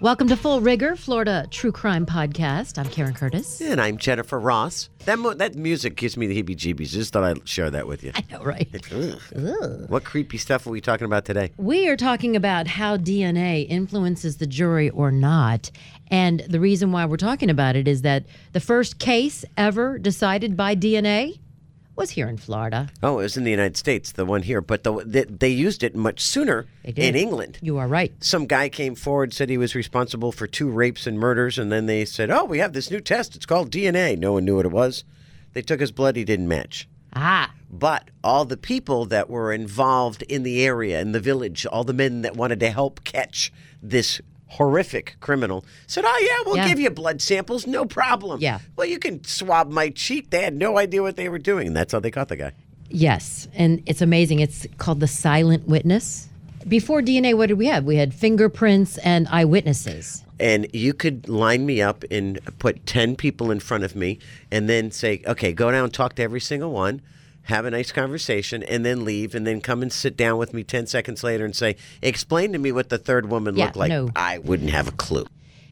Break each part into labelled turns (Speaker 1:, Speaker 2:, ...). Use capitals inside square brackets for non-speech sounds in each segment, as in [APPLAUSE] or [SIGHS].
Speaker 1: Welcome to Full Rigor, Florida True Crime Podcast. I'm Karen Curtis. [LAUGHS]
Speaker 2: And I'm Jennifer Ross. That mo- that music gives me the heebie-jeebies. Just thought I'd share
Speaker 1: [LAUGHS]
Speaker 2: that with you.
Speaker 1: I know, right?
Speaker 2: What creepy stuff are we talking about today?
Speaker 1: We are talking about how DNA influences the jury or not. And the reason why we're talking about it is that the first case ever decided by DNA was here in Florida.
Speaker 2: Oh, it was in the United States, the one here, but the, they, they used it much sooner
Speaker 1: They did.
Speaker 2: in England.
Speaker 1: You are right.
Speaker 2: Some guy came forward, said he was responsible for two rapes and murders, and then they said, "Oh, we have this new test. It's called DNA." No one knew what it was. They took his blood. He didn't match.
Speaker 1: Ah,
Speaker 2: But all the people that were involved in the area, in the village, all the men that wanted to help catch this horrific criminal said, Oh, yeah, we'll
Speaker 1: Yeah.
Speaker 2: give you blood samples, no problem.
Speaker 1: Yeah.
Speaker 2: Well, you can swab my cheek. They had no idea what they were doing. And that's how they caught the guy.
Speaker 1: yes. And it's amazing. It's called the silent witness. Before DNA, what did we have? We had fingerprints and eyewitnesses.
Speaker 2: And you could line me up and put 10 people in front of me and then say, Okay, go down, talk to every single one. Have a nice conversation and then leave, and then come and sit down with me 10 seconds later and say, Explain to me what the third woman
Speaker 1: Yeah,
Speaker 2: looked like.
Speaker 1: no.
Speaker 2: I wouldn't have a clue.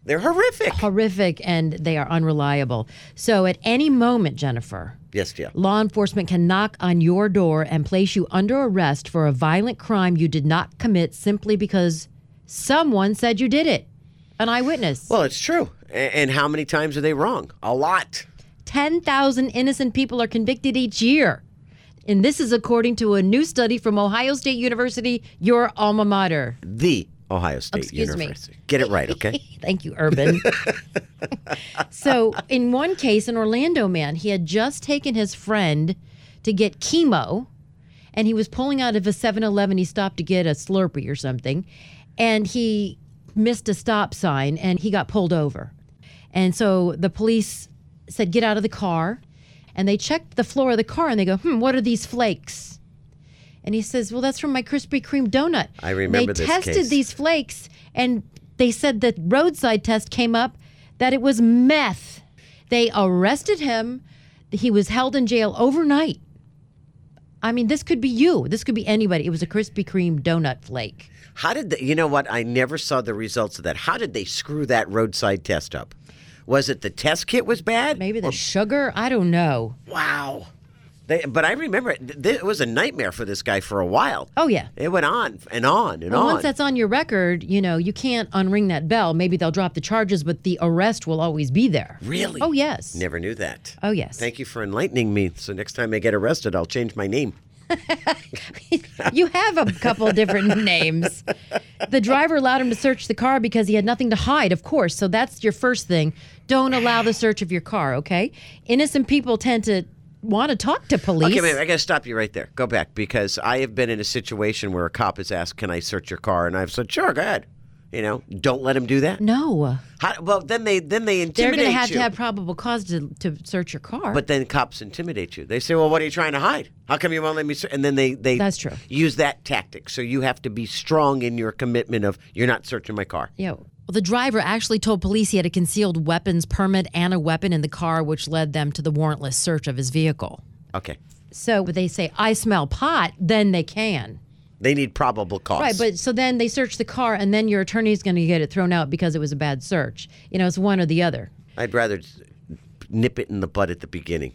Speaker 2: They're horrific.
Speaker 1: Horrific and they are unreliable. So at any moment, Jennifer,
Speaker 2: yes, yeah.
Speaker 1: Law enforcement can knock on your door and place you under arrest for a violent crime you did not commit simply because someone said you did it. An eyewitness.
Speaker 2: Well, it's true. A- And how many times are they wrong? A lot.
Speaker 1: 10,000 innocent people are convicted each year. And this is according to a new study from Ohio State University, your alma mater.
Speaker 2: The Ohio State
Speaker 1: Excuse me.
Speaker 2: University. Get it
Speaker 1: [LAUGHS]
Speaker 2: right, okay?
Speaker 1: Thank you, Urban. so, in one case, an Orlando man, he had just taken his friend to get chemo, and he was pulling out of a 7 Eleven. He stopped to get a Slurpee or something, and he missed a stop sign and he got pulled over. And so the police said, Get out of the car. And they checked the floor of the car and they go, Hmm, what are these flakes? And he says, Well, that's from my Krispy Kreme donut.
Speaker 2: I remember
Speaker 1: they
Speaker 2: this
Speaker 1: tested
Speaker 2: case.
Speaker 1: these flakes and they said the roadside test came up that it was meth. They arrested him. He was held in jail overnight. I mean, this could be you. This could be anybody. It was a Krispy Kreme donut flake.
Speaker 2: How did they, you know what? I never saw the results of that. How did they screw that roadside test up? Was it the test kit was bad?
Speaker 1: Maybe the sugar. I don't know.
Speaker 2: Wow. They, but I remember it. Th- th- it was a nightmare for this guy for a while.
Speaker 1: Oh, yeah.
Speaker 2: It went on and on and
Speaker 1: Well,
Speaker 2: on.
Speaker 1: once that's on your record, you know, you can't unring that bell. Maybe they'll drop the charges, but the arrest will always be there.
Speaker 2: really?
Speaker 1: Oh, yes.
Speaker 2: Never knew that.
Speaker 1: Oh, yes. [LAUGHS]
Speaker 2: Thank you for enlightening me. So next time I get arrested, I'll change my name.
Speaker 1: you have a couple different
Speaker 2: [LAUGHS]
Speaker 1: names. The driver allowed him to search the car because he had nothing to hide, of course. So that's your first thing. Don't allow the search of your car, okay? Innocent people tend to want to talk to police.
Speaker 2: Okay, man, I got to stop you right there. Go back because I have been in a situation where a cop has asked, "Can I search your car?" and I've said, "Sure, go ahead." You know, don't let him do that.
Speaker 1: no.
Speaker 2: How, well, then they then they
Speaker 1: They're
Speaker 2: intimidate
Speaker 1: going to have
Speaker 2: you.
Speaker 1: to have probable cause to, to search your car.
Speaker 2: but then cops intimidate you. They say, "Well, what are you trying to hide? How come you won't let me?" Ser-? And then they they
Speaker 1: That's true.
Speaker 2: Use that tactic. So you have to be strong in your commitment of you're not searching my car.
Speaker 1: Yeah. Well, the driver actually told police he had a concealed weapons permit and a weapon in the car, which led them to the warrantless search of his vehicle.
Speaker 2: Okay,
Speaker 1: So when they say, I smell pot, then they can.
Speaker 2: they need probable cause.
Speaker 1: Right. But so then they search the car, and then your attorney's going to get it thrown out because it was a bad search. You know, it's one or the other.
Speaker 2: I'd rather s- nip it in the bud at the beginning.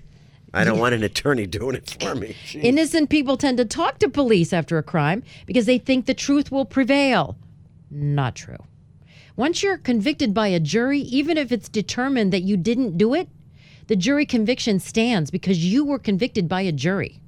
Speaker 2: I don't want an attorney doing it
Speaker 1: [LAUGHS]
Speaker 2: for me. Jeez.
Speaker 1: Innocent people tend to talk to police after a crime because they think the truth will prevail. Not true. Once you're convicted by a jury, even if it's determined that you didn't do it, the jury conviction stands because you were convicted by a jury.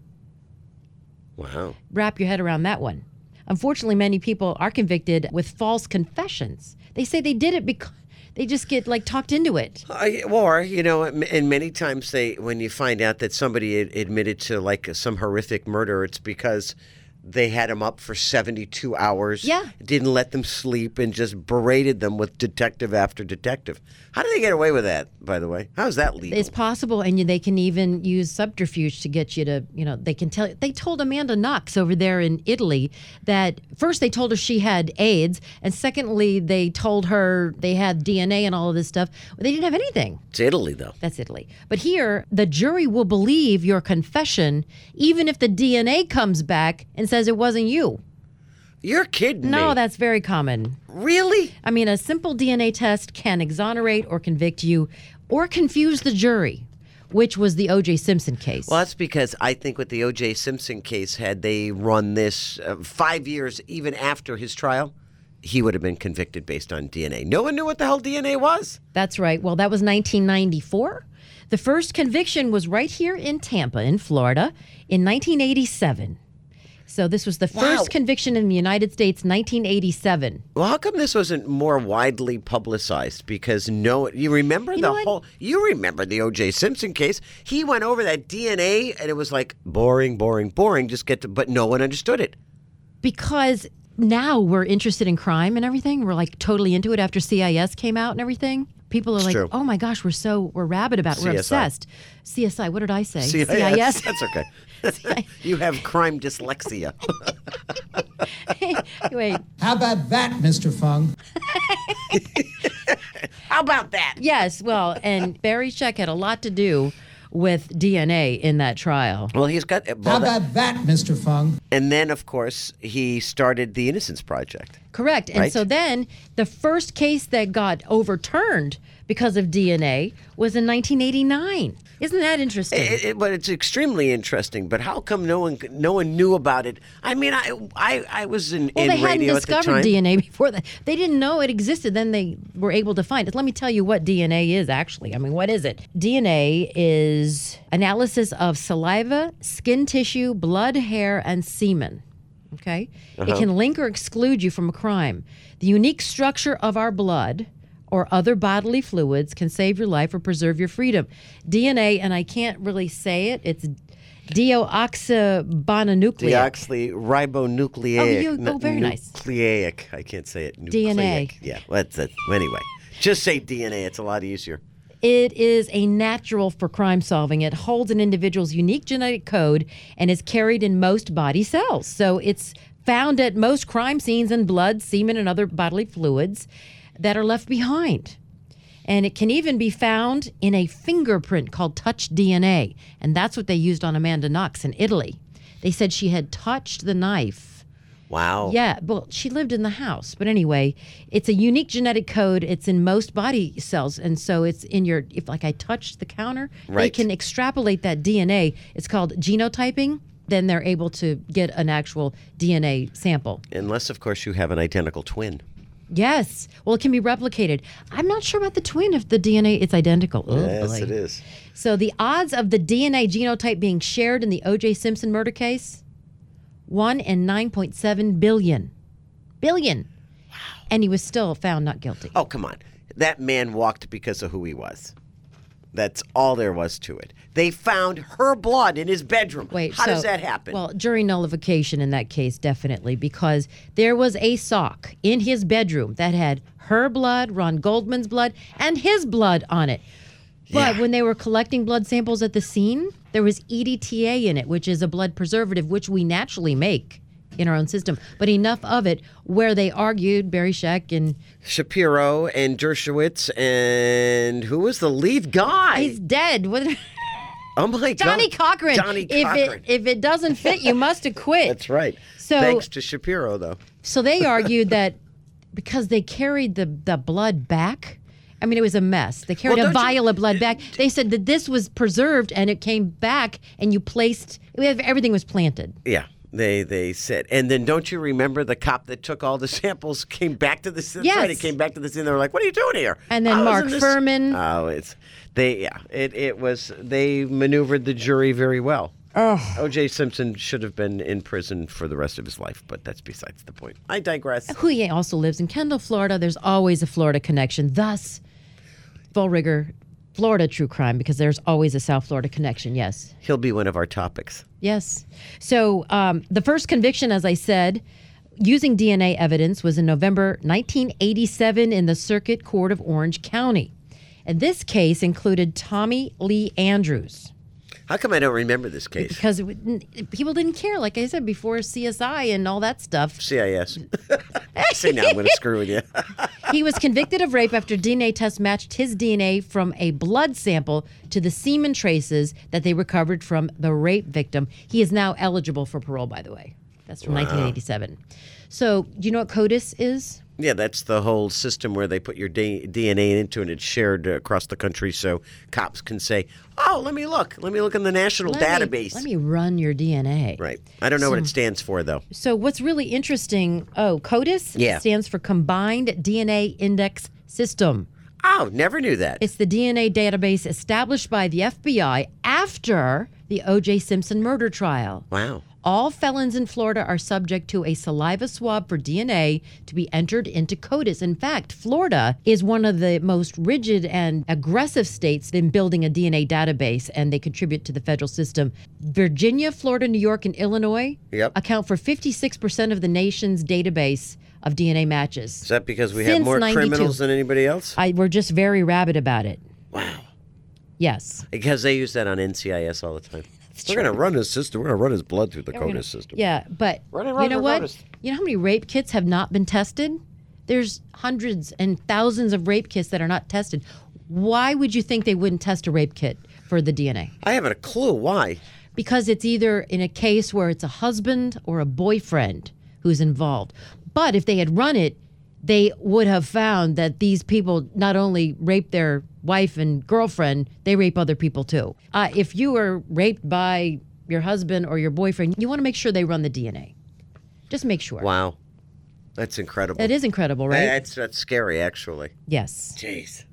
Speaker 2: Wow.
Speaker 1: Wrap your head around that one. Unfortunately, many people are convicted with false confessions. They say they did it because they just get like talked into it.
Speaker 2: I, or you know, m- and many times they, when you find out that somebody ad- admitted to like some horrific murder, it's because they had them up for seventy-two hours.
Speaker 1: Yeah.
Speaker 2: didn't let them sleep and just berated them with detective after detective. How do they get away with that? By the way, how is that legal?
Speaker 1: It's possible, and they can even use subterfuge to get you to, you know, they can tell. They told Amanda Knox over there in Italy that first they told her she had AIDS, and secondly they told her they had DNA and all of this stuff. They didn't have anything.
Speaker 2: It's Italy, though.
Speaker 1: That's Italy. But here, the jury will believe your confession, even if the DNA comes back and says it wasn't you.
Speaker 2: You're kidding me.
Speaker 1: No, that's very common.
Speaker 2: Really?
Speaker 1: I mean, a simple DNA test can exonerate or convict you or confuse the jury, which was the O.J. Simpson case.
Speaker 2: Well, that's because I think with the O.J. Simpson case, had they run this uh, five years even after his trial, he would have been convicted based on DNA. No one knew what the hell DNA was.
Speaker 1: That's right. Well, that was 1994. The first conviction was right here in Tampa, in Florida, in 1987. So this was the
Speaker 2: Wow.
Speaker 1: first conviction in the United States, 1987.
Speaker 2: Well, how come this wasn't more widely publicized? Because no, you remember the
Speaker 1: know what?
Speaker 2: whole. You remember the O.J. Simpson case? He went over that DNA, and it was like boring, boring, boring. Just get to, but no one understood it.
Speaker 1: because now we're interested in crime and everything. We're like totally into it after CIS came out and everything. People are like,
Speaker 2: true.
Speaker 1: "Oh my gosh, we're so we're rabid about, it. we're
Speaker 2: CSI.
Speaker 1: obsessed." CSI. What did I say? [LAUGHS]
Speaker 2: Yes, that's okay. [LAUGHS] you have crime dyslexia.
Speaker 1: Wait.
Speaker 3: How about that, Mr. Fung?
Speaker 2: How about that?
Speaker 1: Yes. Well, and Barry Sheck had a lot to do with DNA in that trial.
Speaker 2: Well, he's got.
Speaker 3: How
Speaker 2: Well, that,
Speaker 3: about that, Mr. Fung?
Speaker 2: and then, of course, he started the Innocence Project.
Speaker 1: Correct. And
Speaker 2: Right.
Speaker 1: so then the first case that got overturned because of DNA was in 1989. Isn't that interesting?
Speaker 2: It, it, but it's extremely interesting. But how come no one no one knew about it? I mean, I I, I was in,
Speaker 1: Well,
Speaker 2: in
Speaker 1: they hadn't
Speaker 2: radio at the
Speaker 1: discovered
Speaker 2: time.
Speaker 1: DNA before that. They didn't know it existed. Then they were able to find it. Let me tell you what DNA is actually. I mean, what is it? DNA is analysis of saliva, skin tissue, blood, hair, and semen. Okay?
Speaker 2: Uh-huh.
Speaker 1: It can link or exclude you from a crime. The unique structure of our blood or other bodily fluids can save your life or preserve your freedom. DNA, and I can't really say it, it's deoxybonucleic.
Speaker 2: Deoxyribonucleic.
Speaker 1: Oh, you-
Speaker 2: n-
Speaker 1: oh, very nice.
Speaker 2: Nucleic. I can't say it.
Speaker 1: DNA.
Speaker 2: Nucleic. Yeah, well, that's it. Well, anyway, just say DNA. It's a lot easier.
Speaker 1: It is a natural for crime solving. It holds an individual's unique genetic code and is carried in most body cells. So it's found at most crime scenes in blood, semen, and other bodily fluids that are left behind. And it can even be found in a fingerprint called touch DNA. And that's what they used on Amanda Knox in Italy. They said she had touched the knife.
Speaker 2: Wow.
Speaker 1: Yeah, well, she lived in the house. But anyway, it's a unique genetic code. It's in most body cells. And so it's in your, if like I touched the counter, they
Speaker 2: Right.
Speaker 1: can extrapolate that DNA. It's called genotyping. Then they're able to get an actual DNA sample.
Speaker 2: Unless, of course, you have an identical twin.
Speaker 1: Yes. Well, it can be replicated. I'm not sure about the twin if the DNA is identical. Oh, boy.
Speaker 2: is.
Speaker 1: So the odds of the DNA genotype being shared in the O.J. Simpson murder case, one in nine point seven billion, billion. Wow. And he was still found not guilty.
Speaker 2: Oh, come on. That man walked because of who he was. That's all there was to it. They found her blood in his bedroom.
Speaker 1: Wait,
Speaker 2: How does
Speaker 1: so-
Speaker 2: that happen?
Speaker 1: Well, jury nullification in that case, definitely, because there was a sock in his bedroom that had her blood, Ron Goldman's blood, and his blood on it. But
Speaker 2: Yeah.
Speaker 1: when they were collecting blood samples at the scene, there was EDTA in it, which is a blood preservative, which we naturally make in our own system, but enough of it where they argued, Barry Sheck and
Speaker 2: Shapiro and Dershowitz and who was the lead guy?
Speaker 1: he's dead. [LAUGHS] What-
Speaker 2: oh my God,
Speaker 1: Johnny Cochran.
Speaker 2: Johnny
Speaker 1: if
Speaker 2: Cochran.
Speaker 1: it if it doesn't fit, you must have quit.
Speaker 2: That's right.
Speaker 1: So-
Speaker 2: thanks to Shapiro, though.
Speaker 1: So they argued that because they carried the, the blood back, I mean, it was a mess. They carried
Speaker 2: Well,
Speaker 1: a
Speaker 2: don't you-
Speaker 1: vial of blood back. They said that this was preserved and it came back, and you placed everything was planted.
Speaker 2: Yeah. They they said, and then don't you remember the cop that took all the [LAUGHS] samples came back to the scene? That's right, he
Speaker 1: Yes.
Speaker 2: came back to the scene. They were like, "What are you doing here?"
Speaker 1: And then
Speaker 2: "I was
Speaker 1: Mark
Speaker 2: in this-"
Speaker 1: Furman.
Speaker 2: Oh, it's they. Yeah, it it was. They maneuvered the jury very well. Oh. O.J. Simpson should have been in prison for the rest of his life, but that's besides the point. I digress.
Speaker 1: Huye also lives in Kendall, Florida. There's always a Florida connection. Thus, full rigor, Florida true crime, because there's always a South Florida connection. Yes.
Speaker 2: He'll be one of our topics.
Speaker 1: Yes. So um, the first conviction, as I said, using DNA evidence was in November 1987 in the Circuit Court of Orange County. And this case included Tommy Lee Andrews
Speaker 2: How come I don't remember
Speaker 1: [LAUGHS]
Speaker 2: this case?
Speaker 1: because it wouldn't- people didn't care, like I said before, CSI and all that stuff. [LAUGHS]
Speaker 2: [LAUGHS] CIS. See, now I'm going to screw with you.
Speaker 1: He was convicted of rape after DNA tests matched his DNA from a blood sample to the semen traces that they recovered from the rape victim. He is now eligible for parole, by the way. That's from 1987. So, do you know what CODIS is?
Speaker 2: Yeah, that's the whole system where they put your D- DNA into it and it's shared uh, across the country so cops can say, oh, let me look. Let me look in the national
Speaker 1: Let me-
Speaker 2: database.
Speaker 1: let me run your DNA.
Speaker 2: Right. I don't know what it stands for, though.
Speaker 1: So what's really interesting? Oh, CODIS
Speaker 2: Yeah.
Speaker 1: stands for Combined DNA Index System.
Speaker 2: Oh, never knew that.
Speaker 1: It's the DNA database established by the FBI after the O.J. Simpson murder trial.
Speaker 2: wow.
Speaker 1: All felons in Florida are subject to a saliva swab for DNA to be entered into CODIS. In fact, Florida is one of the most rigid and aggressive states in building a DNA database, and they contribute to the federal system. Virginia, Florida, New York, and Illinois
Speaker 2: Yep.
Speaker 1: account for 56% of the nation's database of DNA
Speaker 2: Is
Speaker 1: matches.
Speaker 2: that because we have
Speaker 1: Since
Speaker 2: more
Speaker 1: 92.
Speaker 2: criminals than anybody else?
Speaker 1: I, we're just very rabid about it. Wow. Yes.
Speaker 2: Because they use that on NCIS all the time. We're going to run his system. We're going to run his blood through the CODIS system.
Speaker 1: Yeah, but
Speaker 2: Run it,
Speaker 1: you
Speaker 2: run
Speaker 1: know
Speaker 2: it,
Speaker 1: what?
Speaker 2: run it.
Speaker 1: You know how many rape kits have not been tested? There's hundreds and thousands of rape kits that are not tested. Why would you think they wouldn't test a rape kit for the DNA?
Speaker 2: I haven't a clue why.
Speaker 1: Because it's either in a case where it's a husband or a boyfriend who's involved. But if they had run it, they would have found that these people not only rape their wife and girlfriend, they rape other people too. Uh, if you were raped by your husband or your boyfriend, you want to make sure they run the DNA. Just make sure.
Speaker 2: Wow. That's incredible.
Speaker 1: That is incredible, right?
Speaker 2: That's, that's scary, actually.
Speaker 1: yes.
Speaker 2: Jeez.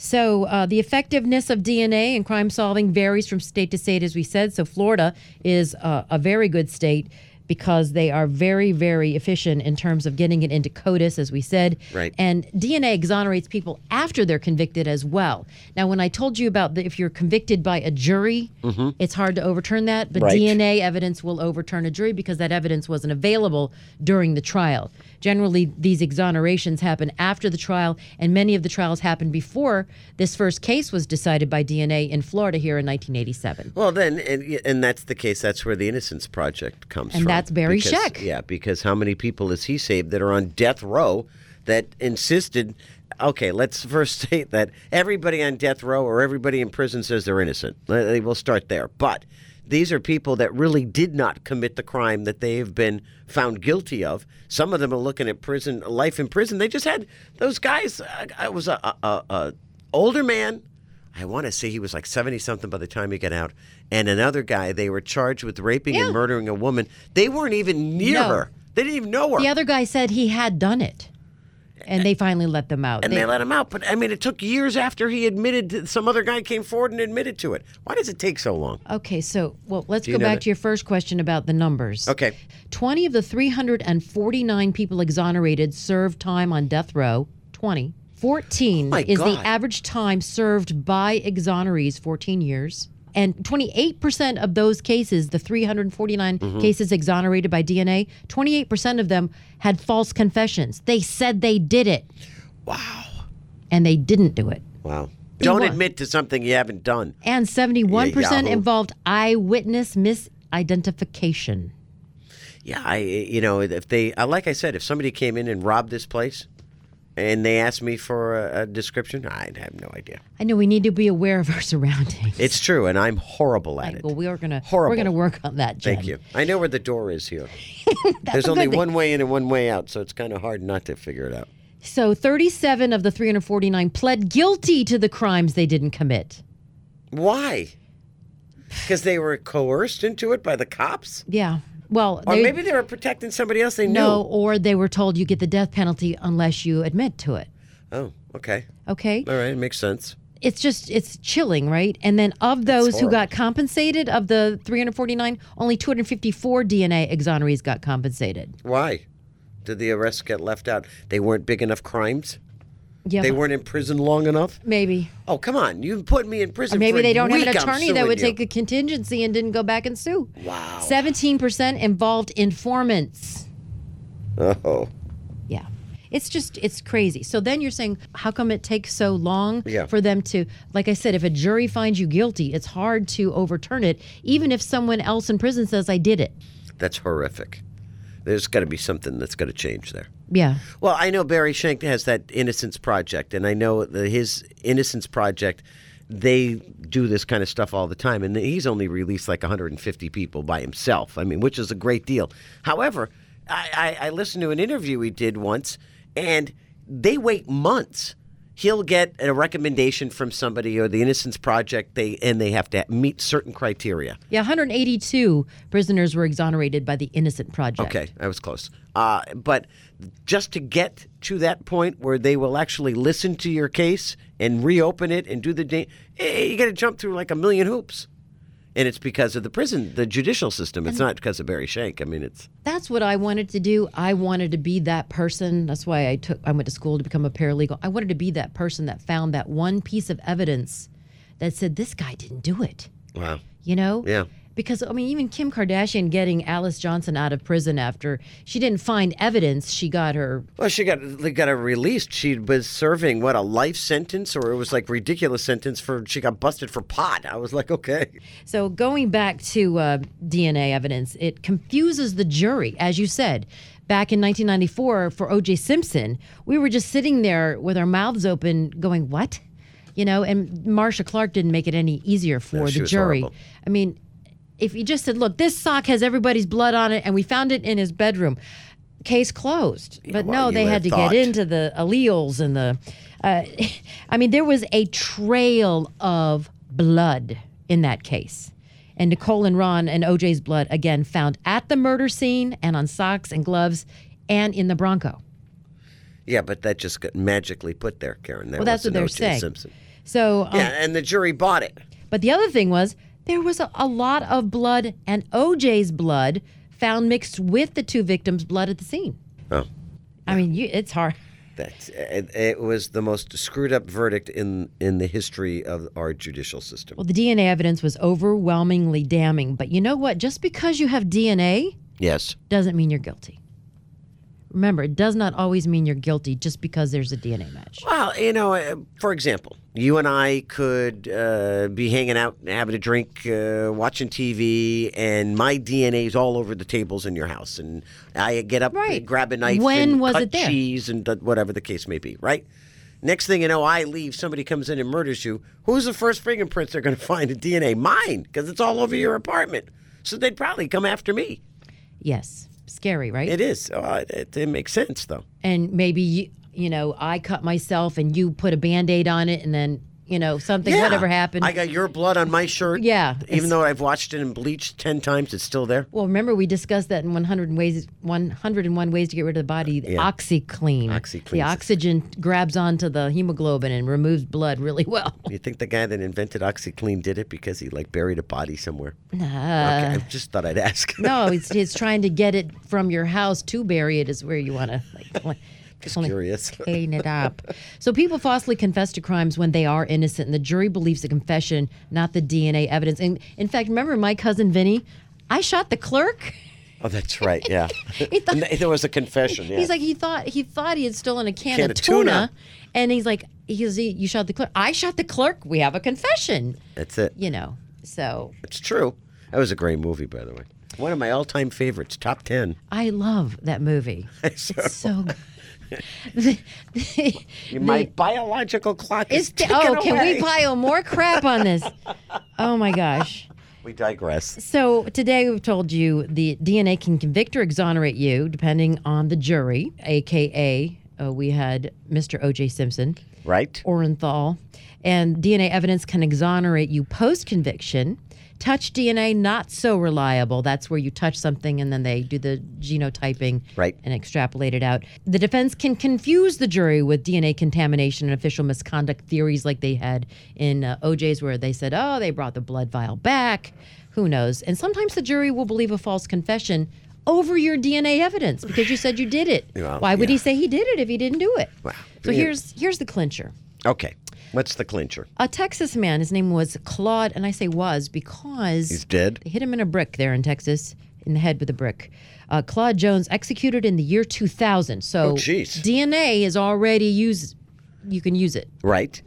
Speaker 1: So uh, the effectiveness of DNA in crime solving varies from state to state, as we said. So Florida is uh, a very good state because they are very, very efficient in terms of getting it into CODIS, as we said.
Speaker 2: Right.
Speaker 1: And DNA exonerates people after they're convicted as well. Now, when I told you about the, if you're convicted by a jury, it's hard to overturn that, but
Speaker 2: Right.
Speaker 1: DNA evidence will overturn a jury because that evidence wasn't available during the trial. Generally, these exonerations happen after the trial, and many of the trials happened before this first case was decided by DNA in Florida here in 1987.
Speaker 2: Well, then, and, and that's the case. That's where the Innocence Project comes
Speaker 1: And
Speaker 2: from.
Speaker 1: that's Barry
Speaker 2: because,
Speaker 1: Scheck.
Speaker 2: Yeah, because how many people has he saved that are on death row that insisted, okay, let's first [LAUGHS] state that everybody on death row or everybody in prison says they're innocent. Let- they- We'll start there. But these are people that really did not commit the crime that they have been found guilty of. Some of them are looking at prison life in prison. They just had those guys. I, I was a, a, a, a older man. I want to say he was like 70 something by the time he got out. And another guy, they were charged with raping
Speaker 1: Yeah.
Speaker 2: and murdering a woman. They weren't even near
Speaker 1: No.
Speaker 2: her. They didn't even know her.
Speaker 1: The other guy said he had done it, and they finally let them out.
Speaker 2: and they, let him out. But I mean, it took years after he admitted, to, some other guy came forward and admitted to it. Why does it take so long?
Speaker 1: Okay, so well, let's
Speaker 2: you
Speaker 1: go
Speaker 2: know
Speaker 1: back
Speaker 2: that-
Speaker 1: to your first question about the numbers.
Speaker 2: Okay.
Speaker 1: 20 of the 349 people exonerated served time on death row. 20. 14
Speaker 2: Oh my
Speaker 1: is
Speaker 2: God.
Speaker 1: the average time served by exonerees, 14 years. And 28% of those cases, the 349
Speaker 2: Mm-hmm.
Speaker 1: cases exonerated by DNA, 28% of them had false confessions. They said they did it
Speaker 2: Wow.
Speaker 1: and they didn't do it.
Speaker 2: Wow. Don't
Speaker 1: what?
Speaker 2: admit to something you haven't done.
Speaker 1: And 71%
Speaker 2: Yahoo.
Speaker 1: involved eyewitness misidentification.
Speaker 2: Yeah, I you know if they uh, like I said, if somebody came in and robbed this place, and they asked me for a, a description, I'd have no idea.
Speaker 1: I know we need to be aware of our [LAUGHS] surroundings.
Speaker 2: It's true, and I'm horrible at
Speaker 1: Right,
Speaker 2: it.
Speaker 1: well, we are gonna
Speaker 2: Horrible.
Speaker 1: we're gonna work on that. Jen.
Speaker 2: Thank you. I know where the door is
Speaker 1: [LAUGHS]
Speaker 2: here. There's only one way in and one way out, so it's kind of hard not to figure it out.
Speaker 1: So, 37 of the 349 pled guilty to the crimes they didn't commit.
Speaker 2: Why? Because they were coerced into it by the cops,
Speaker 1: Yeah. Well,
Speaker 2: or
Speaker 1: they-
Speaker 2: maybe they were protecting somebody else they
Speaker 1: no,
Speaker 2: knew.
Speaker 1: or they were told you get the death penalty unless you admit to it.
Speaker 2: Oh, okay.
Speaker 1: Okay.
Speaker 2: All right, it makes sense.
Speaker 1: It's just it's chilling, right? And then of those who
Speaker 2: horrible.
Speaker 1: got compensated of the 349, only 254 DNA exonerees got compensated.
Speaker 2: Why did the arrests get left out? They weren't big enough crimes.
Speaker 1: Yeah.
Speaker 2: They weren't in prison long enough.
Speaker 1: maybe.
Speaker 2: Oh, come on! You put me in prison. for
Speaker 1: Maybe
Speaker 2: a
Speaker 1: they don't have an
Speaker 2: week, I'm
Speaker 1: attorney that
Speaker 2: suing
Speaker 1: would
Speaker 2: you.
Speaker 1: take a contingency and didn't go back and sue.
Speaker 2: Wow.
Speaker 1: 17% involved informants.
Speaker 2: Oh,
Speaker 1: Yeah. It's just, it's crazy. So then you're saying, how come it takes so long
Speaker 2: Yeah.
Speaker 1: for them to, like I said, if a jury finds you guilty, it's hard to overturn it, even if someone else in prison says, I did it.
Speaker 2: that's horrific. There's got to be something that's got to change there.
Speaker 1: Yeah.
Speaker 2: Well, I know Barry Shank has that Innocence Project, and I know the, his Innocence Project they do this kind of stuff all the time. And he's only released like 150 people by himself. I mean, which is a great deal. However, I, I, I listened to an interview he did once, and they wait months. He'll get a recommendation from somebody or the Innocence Project, they and they have to meet certain criteria.
Speaker 1: Yeah, 182 prisoners were exonerated by the Innocent Project.
Speaker 2: Okay, I was close. Uh, but just to get to that point where they will actually listen to your case and reopen it and do the da- eh, you got to jump through like a million hoops. And it's because of the prison, the judicial system. It's not because of Barry Shank. I mean, it's
Speaker 1: That's what I wanted to do. I wanted to be that person. That's why I took I went to school to become a paralegal. I wanted to be that person that found that one piece of evidence that said this guy didn't do it.
Speaker 2: wow.
Speaker 1: You know?
Speaker 2: Yeah.
Speaker 1: Because I mean, even Kim Kardashian getting Alice Johnson out of prison after she didn't find evidence, she got her
Speaker 2: Well, she got they got her released. She was serving what a life sentence, or it was like ridiculous sentence for she got busted for pot. I was like, okay,
Speaker 1: So going back to uh, DNA evidence, it confuses the jury, as you said. Back in 1994 for O.J. Simpson, we were just sitting there with our mouths open, going, "What?" You know. And Marsha Clark didn't make it any easier for
Speaker 2: she
Speaker 1: the
Speaker 2: was
Speaker 1: jury.
Speaker 2: horrible.
Speaker 1: I mean, if you just said, "Look, this sock has everybody's blood on it, and we found it in his bedroom," case closed. but
Speaker 2: well,
Speaker 1: no,
Speaker 2: you
Speaker 1: they
Speaker 2: would
Speaker 1: had to
Speaker 2: have thought.
Speaker 1: get into the alleles and the. Uh, [LAUGHS] I mean, there was a trail of blood in that case. And Nicole and Ron and OJ's blood again found at the murder scene and on socks and gloves and in the Bronco.
Speaker 2: yeah, but that just got magically put there, Karen. That
Speaker 1: Well, that's what
Speaker 2: wasn't
Speaker 1: they're
Speaker 2: O.J.
Speaker 1: saying.
Speaker 2: Simpson.
Speaker 1: So, um,
Speaker 2: Yeah, and the jury bought it.
Speaker 1: but the other thing was there was a, a lot of blood and OJ's blood found mixed with the two victims' blood at the scene.
Speaker 2: Oh,
Speaker 1: I mean, you, it's hard.
Speaker 2: that it, it was the most screwed up verdict in in the history of our judicial system.
Speaker 1: Well, the DNA evidence was overwhelmingly damning, but you know what? Just because you have DNA
Speaker 2: Yes,
Speaker 1: doesn't mean you're guilty. Remember, it does not always mean you're guilty just because there's a DNA match.
Speaker 2: Well, you know, uh, for example, you and I could uh, be hanging out, having a drink, uh, watching TV, and my DNA's all over the tables in your house, and I get up,
Speaker 1: Right.
Speaker 2: grab a knife,
Speaker 1: When
Speaker 2: and
Speaker 1: was
Speaker 2: cut
Speaker 1: it there?
Speaker 2: cheese, and d- whatever the case may be, right? Next thing you know, I leave. Somebody comes in and murders you. Who's the first fingerprints they're going to [LAUGHS] find in DNA? Mine, because it's all over your apartment. So they'd probably come after me.
Speaker 1: Yes, scary, right?
Speaker 2: It is. Uh, it, it makes sense, though.
Speaker 1: and maybe you, you know, I cut myself and you put a band-aid on it and then, you know, something
Speaker 2: Yeah.
Speaker 1: whatever happened.
Speaker 2: I got your blood on my shirt.
Speaker 1: Yeah,
Speaker 2: Even
Speaker 1: it's-
Speaker 2: though I've watched it and bleached 10 times, it's still there.
Speaker 1: well, remember we discussed that in 100 ways 101 ways to get rid of the
Speaker 2: Uh,
Speaker 1: body, the OxyClean.
Speaker 2: OxiClean
Speaker 1: The
Speaker 2: is-
Speaker 1: oxygen grabs onto the hemoglobin and removes blood really [LAUGHS] well.
Speaker 2: You think the guy that invented OxyClean did it because he like buried a body somewhere?
Speaker 1: Nah.
Speaker 2: okay, I just thought I'd ask.
Speaker 1: No, it's, it's trying to get it from your house to bury it is where you want to [LAUGHS] like just
Speaker 2: curious.
Speaker 1: clean it [LAUGHS] up. So people falsely confess to crimes when they are innocent, and the jury believes the confession, not the DNA evidence. And in fact, remember my cousin Vinny? I shot the clerk.
Speaker 2: [LAUGHS] Oh, that's right. Yeah.
Speaker 1: [LAUGHS] He thought-
Speaker 2: And there was a confession. Yeah.
Speaker 1: He's like he thought he thought he had stolen a can,
Speaker 2: Can
Speaker 1: of
Speaker 2: of
Speaker 1: tuna,
Speaker 2: tuna.
Speaker 1: and he's like he's you shot the clerk. I shot the clerk. We have a confession.
Speaker 2: that's it.
Speaker 1: You know. So
Speaker 2: It's true. That was a great movie, by the way. One of my all time favorites, top 10.
Speaker 1: I love that [LAUGHS] movie.
Speaker 2: So-
Speaker 1: It's so [LAUGHS] good.
Speaker 2: my biological clock
Speaker 1: It's
Speaker 2: is. ticking
Speaker 1: oh, can
Speaker 2: away.
Speaker 1: we pile more crap on this? oh my gosh.
Speaker 2: We digress.
Speaker 1: So today we've told you the DNA can convict or exonerate you depending on the jury, aka uh, we had Mr. O.J. Simpson,
Speaker 2: Right?
Speaker 1: Orenthal, and DNA evidence can exonerate you post conviction. Touch DNA not so reliable. That's where you touch something and then they do the genotyping
Speaker 2: Right.
Speaker 1: and extrapolate it out. The defense can confuse the jury with DNA contamination and official misconduct theories like they had in uh, OJ's, where they said, oh, they brought the blood vial back. Who knows? And sometimes the jury will believe a false confession over your DNA evidence because you said you did it.
Speaker 2: Well,
Speaker 1: Why would he
Speaker 2: yeah.
Speaker 1: say he did it if he didn't do it?
Speaker 2: Wow.
Speaker 1: So
Speaker 2: Yeah.
Speaker 1: here's here's the clincher.
Speaker 2: Okay. What's the clincher?
Speaker 1: A Texas man, his name was Claude, and I say was because
Speaker 2: He's dead.
Speaker 1: they hit him in a brick there in Texas, in the head with a brick. Uh, Claude Jones executed in the year 2000. So
Speaker 2: Oh, jeez.
Speaker 1: DNA is already used. You can use it.
Speaker 2: Right?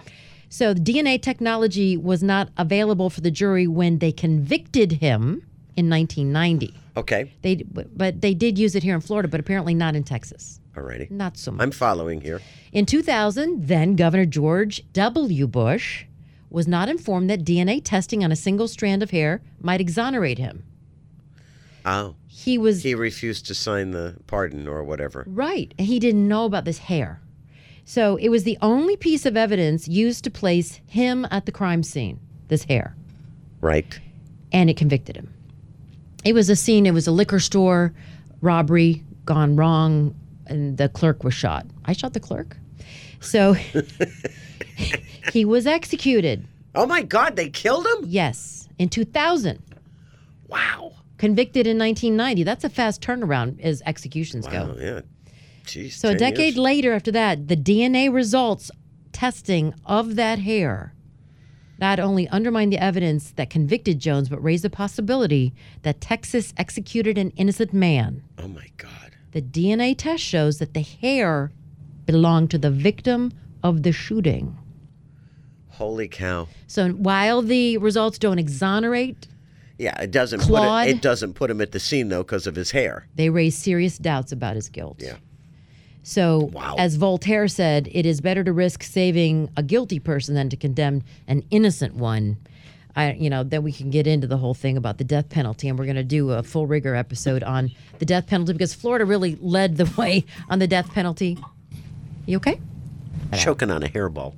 Speaker 1: So the DNA technology was not available for the jury when they convicted him in 1990.
Speaker 2: Okay.
Speaker 1: They, but but they did use it here in Florida, but apparently not in Texas.
Speaker 2: Alrighty.
Speaker 1: Not so much.
Speaker 2: I'm following here.
Speaker 1: In 2000, then Governor George W. Bush was not informed that DNA testing on a single strand of hair might exonerate him.
Speaker 2: Oh,
Speaker 1: He was
Speaker 2: he refused to sign the pardon or whatever.
Speaker 1: Right. And he didn't know about this hair. So it was the only piece of evidence used to place him at the crime scene, this hair.
Speaker 2: Right.
Speaker 1: And it convicted him. It was a scene, it was a liquor store, robbery gone wrong, and the clerk was shot. I shot the clerk. So [LAUGHS] he was executed,
Speaker 2: Oh my God, they killed him!
Speaker 1: yes, in 2000,
Speaker 2: Wow.
Speaker 1: convicted in 1990. That's a fast turnaround as executions go.
Speaker 2: Oh yeah. Jeez.
Speaker 1: So a
Speaker 2: 10
Speaker 1: decade
Speaker 2: years.
Speaker 1: later, after that, the DNA results testing of that hair not only undermined the evidence that convicted Jones, but raised the possibility that Texas executed an innocent man.
Speaker 2: Oh my God.
Speaker 1: The DNA test shows that the hair belonged to the victim of the shooting.
Speaker 2: Holy cow.
Speaker 1: So while the results don't exonerate,
Speaker 2: Yeah, it doesn't.
Speaker 1: Claude-
Speaker 2: Put it, it doesn't put him at the scene though because of his hair.
Speaker 1: they raise serious doubts about his guilt.
Speaker 2: Yeah.
Speaker 1: So,
Speaker 2: Wow.
Speaker 1: as Voltaire said, it is better to risk saving a guilty person than to condemn an innocent one. I, you know, then we can get into the whole thing about the death penalty, and we're going to do a full rigor episode on the death penalty because Florida really led the [LAUGHS] way on the death penalty. You okay?
Speaker 2: Choking on
Speaker 1: [LAUGHS]
Speaker 2: a hairball.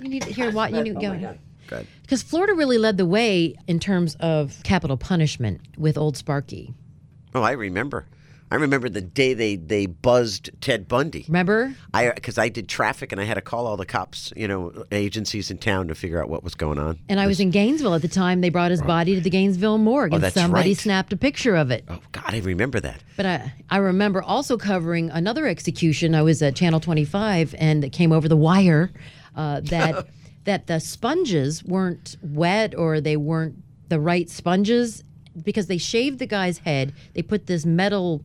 Speaker 1: You need to hear what you need. go.
Speaker 2: Good.
Speaker 1: Because Florida really led the way in terms of capital punishment with Old Sparky.
Speaker 2: Oh, I remember. I remember the day they they buzzed Ted Bundy.
Speaker 1: Remember?
Speaker 2: I because I did traffic and I had to call all the cops, you know, agencies in town to figure out what was going on.
Speaker 1: And I was in Gainesville at the time. They brought his body to the Gainesville morgue, and
Speaker 2: Oh, that's
Speaker 1: somebody
Speaker 2: right.
Speaker 1: snapped a picture of it.
Speaker 2: Oh God, I remember that.
Speaker 1: But I, I remember also covering another execution. I was at Channel 25, and it came over the wire uh,
Speaker 2: [LAUGHS]
Speaker 1: that that the sponges weren't wet or they weren't the right sponges because they shaved the guy's head. They put this metal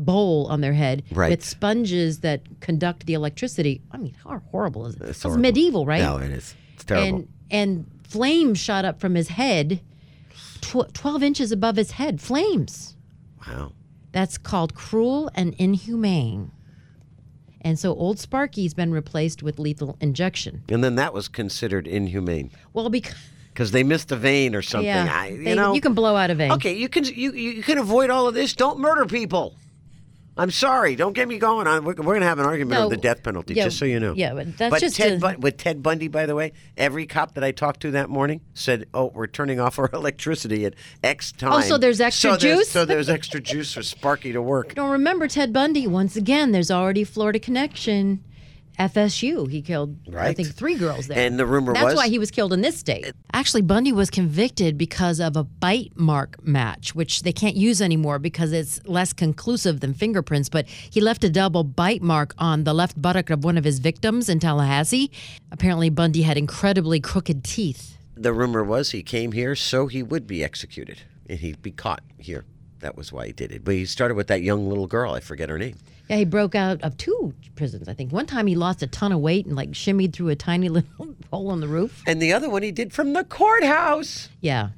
Speaker 1: bowl on their head
Speaker 2: Right.
Speaker 1: with sponges that conduct the electricity. I mean, how horrible is it? It's
Speaker 2: horrible.
Speaker 1: medieval, right?
Speaker 2: No, it is. It's terrible.
Speaker 1: and and flames shot up from his head, tw- twelve inches above his head. Flames.
Speaker 2: wow.
Speaker 1: That's called cruel and inhumane. And so old Sparky's been replaced with lethal injection.
Speaker 2: And then that was considered inhumane
Speaker 1: Well, because
Speaker 2: because they missed a vein or something.
Speaker 1: yeah,
Speaker 2: I, you
Speaker 1: they-
Speaker 2: know,
Speaker 1: you can blow out a vein.
Speaker 2: Okay, you can you you can avoid all of this. Don't murder people. I'm sorry. Don't get me going on. We're, we're going to have an argument
Speaker 1: No,
Speaker 2: over the death penalty,
Speaker 1: yeah,
Speaker 2: just so you know.
Speaker 1: yeah, but that's just
Speaker 2: Ted
Speaker 1: a-
Speaker 2: Bun- with Ted Bundy, by the way, every cop that I talked to that morning said, "Oh, we're turning off our [LAUGHS] electricity at X time."
Speaker 1: Oh, so there's extra
Speaker 2: So there's-
Speaker 1: juice?
Speaker 2: So there's extra juice for Sparky to work.
Speaker 1: Don't remember Ted Bundy. Once again, there's already Florida connection. FSU. He killed, I
Speaker 2: Right.
Speaker 1: think, three girls there.
Speaker 2: And the rumor
Speaker 1: That's
Speaker 2: was-
Speaker 1: why he was killed in this state. Actually, Bundy was convicted because of a bite mark match, which they can't use anymore because it's less conclusive than fingerprints. But he left a double bite mark on the left buttock of one of his victims in Tallahassee. Apparently, Bundy had incredibly crooked teeth.
Speaker 2: The rumor was he came here so he would be executed and he'd be caught here. That was why he did it. But he started with that young little girl. I forget her name.
Speaker 1: Yeah, he broke out of two prisons, I think. One time he lost a ton of weight and like shimmied through a tiny [LAUGHS] little hole in the roof.
Speaker 2: And the other one he did from the courthouse
Speaker 1: Yeah.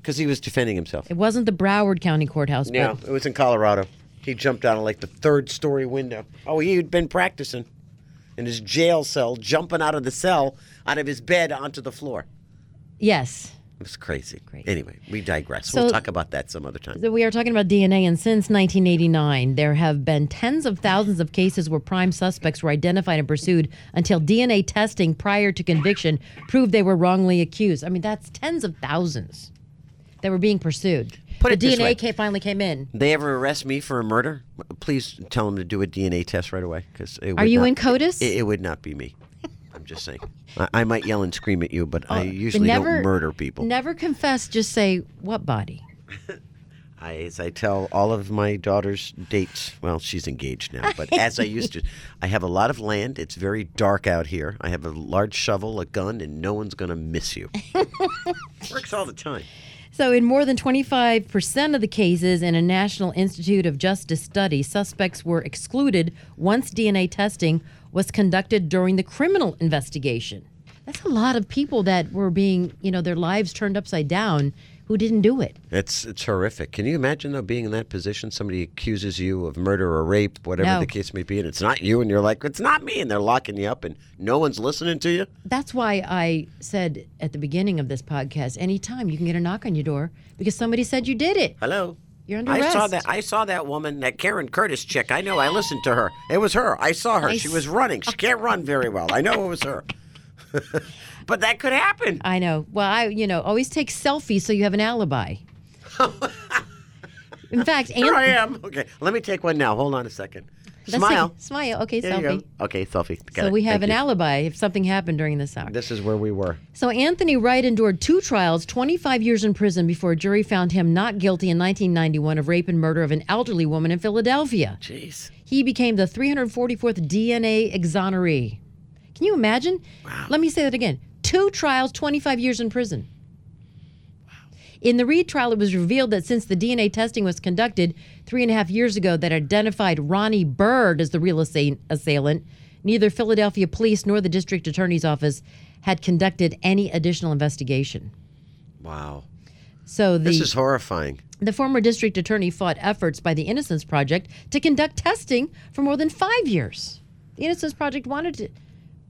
Speaker 2: because he was defending himself.
Speaker 1: It wasn't the Broward County Courthouse, but
Speaker 2: No, it was in Colorado. He jumped out of like the third story window. Oh, he'd been practicing in his jail cell, jumping out of the cell, out of his bed onto the floor.
Speaker 1: yes.
Speaker 2: It was crazy.
Speaker 1: Great.
Speaker 2: Anyway, we digress.
Speaker 1: So-
Speaker 2: we'll talk about that some other time.
Speaker 1: So we are talking about DNA, and since 1989, there have been tens of thousands of cases where prime suspects were identified and pursued until DNA testing prior to conviction proved they were wrongly accused. I mean, that's tens of thousands that were being pursued.
Speaker 2: Put
Speaker 1: the
Speaker 2: it this
Speaker 1: DNA
Speaker 2: way.
Speaker 1: ca- finally came in.
Speaker 2: they ever arrest me for a murder? Please tell them to do a DNA test right away because
Speaker 1: Are you in CODIS?
Speaker 2: It, it would not be me. I'm just saying. I, I might yell and scream at you, but I
Speaker 1: Oh, But
Speaker 2: usually don't murder people.
Speaker 1: Never confess. Just say what body.
Speaker 2: I, as I tell all of my daughter's dates, well, she's engaged now, but as I used [LAUGHS] to, I have a lot of land. It's very dark out here. I have a large shovel, a gun, and no one's going to miss [LAUGHS] you. Works all the time.
Speaker 1: So, in more than 25% of the cases in a National Institute of Justice study, suspects were excluded once DNA testing was conducted during the criminal investigation. That's a lot of people that were being, you know, their lives turned upside down who didn't do it.
Speaker 2: It's it's horrific. Can you imagine though being in that position? Somebody accuses you of murder or rape, whatever
Speaker 1: No.
Speaker 2: the case may be, and it's not you, and you're like, it's not me, and they're locking you up, and no one's listening to you.
Speaker 1: That's why I said at the beginning of this podcast, anytime you can get a knock on your door because somebody said you did it.
Speaker 2: Hello.
Speaker 1: You're under
Speaker 2: I saw
Speaker 1: arrest.
Speaker 2: that. I saw that woman, that Karen Curtis chick. I know. I listened to her. It was her. I saw her.
Speaker 1: I
Speaker 2: she was running.
Speaker 1: [LAUGHS]
Speaker 2: She can't run very well. I know it was her. [LAUGHS] but that could happen.
Speaker 1: I know. Well, I you know always take selfies so you have an alibi. In fact, Anthony,
Speaker 2: Here I am. Okay, let me take one now. Hold on a second.
Speaker 1: Let's
Speaker 2: Smile.
Speaker 1: take- smile. Okay,
Speaker 2: There you
Speaker 1: selfie.
Speaker 2: go. Okay, selfie. Got
Speaker 1: So
Speaker 2: it.
Speaker 1: we have
Speaker 2: Thank
Speaker 1: an
Speaker 2: you.
Speaker 1: alibi if something happened during this hour.
Speaker 2: This is where we were.
Speaker 1: So Anthony Wright endured two trials, 25 years in prison before a jury found him not guilty in 1991 of rape and murder of an elderly woman in Philadelphia.
Speaker 2: Jeez.
Speaker 1: He became the 344th DNA exoneree. Can you imagine? Let me say that again. Two trials, 25 years in prison. In the Reed trial, it was revealed that since the DNA testing was conducted three and a half years ago that identified Ronnie Byrd as the real assa- assailant, neither Philadelphia police nor the district attorney's office had conducted any additional investigation.
Speaker 2: Wow.
Speaker 1: So the
Speaker 2: This is horrifying.
Speaker 1: the former district attorney fought efforts by the Innocence Project to conduct testing for more than five years. The Innocence Project wanted to.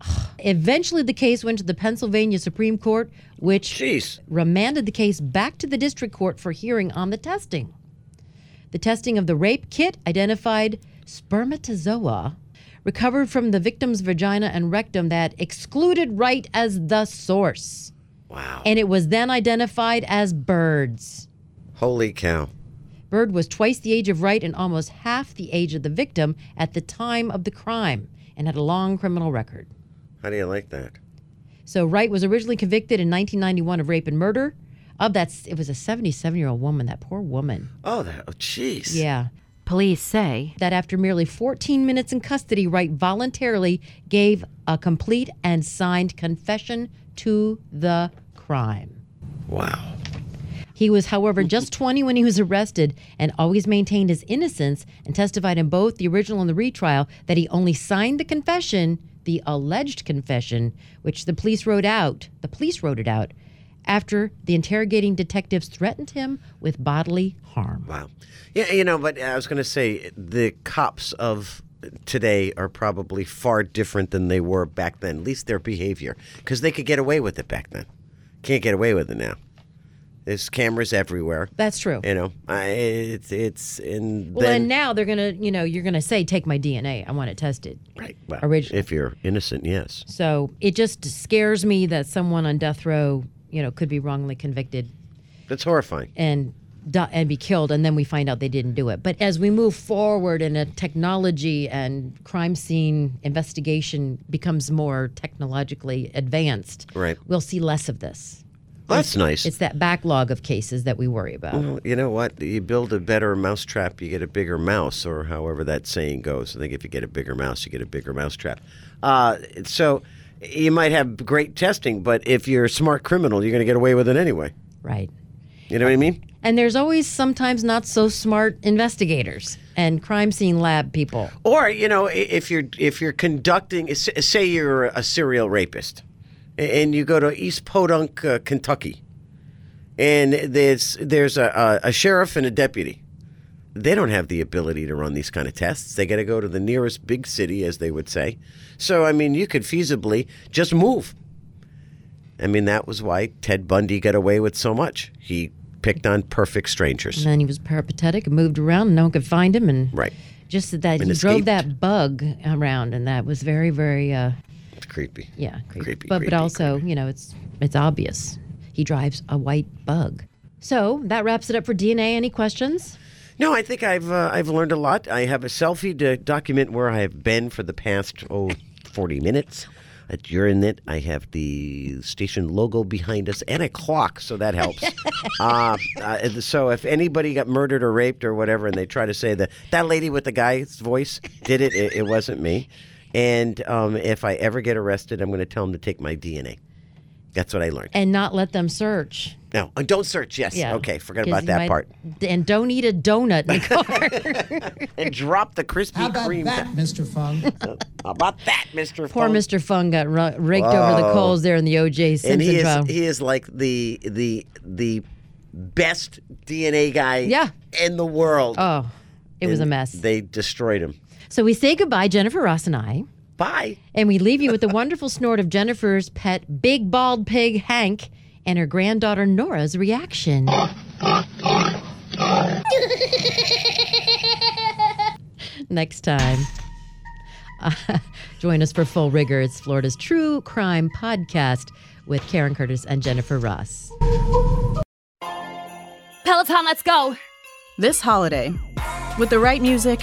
Speaker 1: [SIGHS] Eventually, the case went to the Pennsylvania Supreme Court, which
Speaker 2: Jeez.
Speaker 1: remanded the case back to the district court for hearing on the testing. The testing of the rape kit identified spermatozoa recovered from the victim's vagina and rectum that excluded Wright as the source.
Speaker 2: Wow.
Speaker 1: And it was then identified as birds.
Speaker 2: Holy cow.
Speaker 1: Bird was twice the age of Wright and almost half the age of the victim at the time of the crime and had a long criminal record.
Speaker 2: How do you like that?
Speaker 1: So Wright was originally convicted in 1991 of rape and murder. Of that, it was a 77 year old woman, that poor woman.
Speaker 2: Oh, that. Oh, jeez.
Speaker 1: Yeah.
Speaker 4: Police say
Speaker 1: That after merely 14 minutes in custody, Wright voluntarily gave a complete and signed confession to the crime.
Speaker 2: Wow.
Speaker 1: He was, however, [LAUGHS] just 20 when he was arrested and always maintained his innocence and testified in both the original and the retrial that he only signed the confession, the alleged confession, which the police wrote out. The police wrote it out after the interrogating detectives threatened him with bodily harm.
Speaker 2: Wow. Yeah, you know, but I was going to say the cops of today are probably far different than they were back then, at least their behavior, because they could get away with it back then. Can't get away with it now. There's cameras everywhere.
Speaker 1: That's true.
Speaker 2: You know, I, it's, it's, and
Speaker 1: well, and
Speaker 2: then.
Speaker 1: now they're going to, you know, you're going to say, take my DNA. I want it tested.
Speaker 2: right. Well,
Speaker 1: original.
Speaker 2: If you're innocent, yes.
Speaker 1: So it just scares me that someone on death row, you know, could be wrongly convicted
Speaker 2: That's horrifying.
Speaker 1: and di- and be killed and then we find out they didn't do it but as we move forward and a technology and crime scene investigation becomes more technologically advanced
Speaker 2: Right.
Speaker 1: we'll see less of this
Speaker 2: Well, that's nice.
Speaker 1: it's that backlog of cases that we worry about
Speaker 2: Well, you know what? You build a better mousetrap, you get a bigger mouse, or however that saying goes. I think if you get a bigger mouse, you get a bigger mousetrap. Uh, so you might have great testing, but if you're a smart criminal, you're going to get away with it anyway.
Speaker 1: right
Speaker 2: You know what I mean?
Speaker 1: and there's always sometimes not so smart investigators and crime scene lab people
Speaker 2: Or you know, i- if you're if you're conducting, s- say you're a serial rapist, a- and you go to East Podunk, uh, Kentucky, and there's there's a, a, a sheriff and a deputy. They don't have the ability to run these kind of tests. They got to go to the nearest big city, as they would say. So I mean, you could feasibly just move. I mean, that was why Ted Bundy got away with so much. He picked on perfect strangers.
Speaker 1: and then he was peripatetic and moved around and no one could find him and
Speaker 2: Right.
Speaker 1: just that he drove
Speaker 2: escaped.
Speaker 1: that bug around and that was very very uh
Speaker 2: It's creepy.
Speaker 1: Yeah, creepy.
Speaker 2: Creepy,
Speaker 1: but
Speaker 2: creepy,
Speaker 1: but also, you know, it's it's obvious. He drives a white bug. So that wraps it up for DNA. Any questions?
Speaker 2: No, I think I've uh, I've learned a lot. I have a selfie to document where I have been for the past oh 40 minutes. Uh, During it, I have the station logo behind us and a clock, so that helps.
Speaker 1: [LAUGHS]
Speaker 2: uh, uh, so if anybody got murdered or raped or whatever, and they try to say that that lady with the guy's voice did it, it, it wasn't me. And um, if I ever get arrested, I'm going to tell them to take my DNA. That's what I learned.
Speaker 1: And not let them search.
Speaker 2: No, uh, don't search. Yes.
Speaker 1: Yeah.
Speaker 2: Okay. Forget
Speaker 1: 'Cause
Speaker 2: about
Speaker 1: you
Speaker 2: that
Speaker 1: might- [LAUGHS]
Speaker 2: part.
Speaker 1: And don't eat a
Speaker 2: [LAUGHS]
Speaker 1: donut in the car.
Speaker 2: And drop the
Speaker 3: How
Speaker 2: Krispy
Speaker 3: about
Speaker 2: Kreme.
Speaker 3: that, Mr. Fung?
Speaker 2: [LAUGHS] How about that, Mr.
Speaker 1: Poor
Speaker 2: Funk?
Speaker 1: Mr. Fung got ru- raked over the
Speaker 2: Whoa.
Speaker 1: coals there in the O.J. Simpson
Speaker 2: And he is
Speaker 1: trial.
Speaker 2: he is like the the the best DNA guy
Speaker 1: Yeah.
Speaker 2: in the world.
Speaker 1: Oh, it was a
Speaker 2: And
Speaker 1: mess.
Speaker 2: They destroyed him.
Speaker 1: so we say goodbye, Jennifer Ross and I,
Speaker 2: Bye.
Speaker 1: and we leave you with the wonderful snort of Jennifer's pet big bald pig, Hank, and her granddaughter Nora's reaction. Next time. Uh, join us for Full Rigor. It's Florida's True Crime Podcast with Karen Curtis and Jennifer Ross.
Speaker 4: Peloton, let's go.
Speaker 5: This holiday, with the right music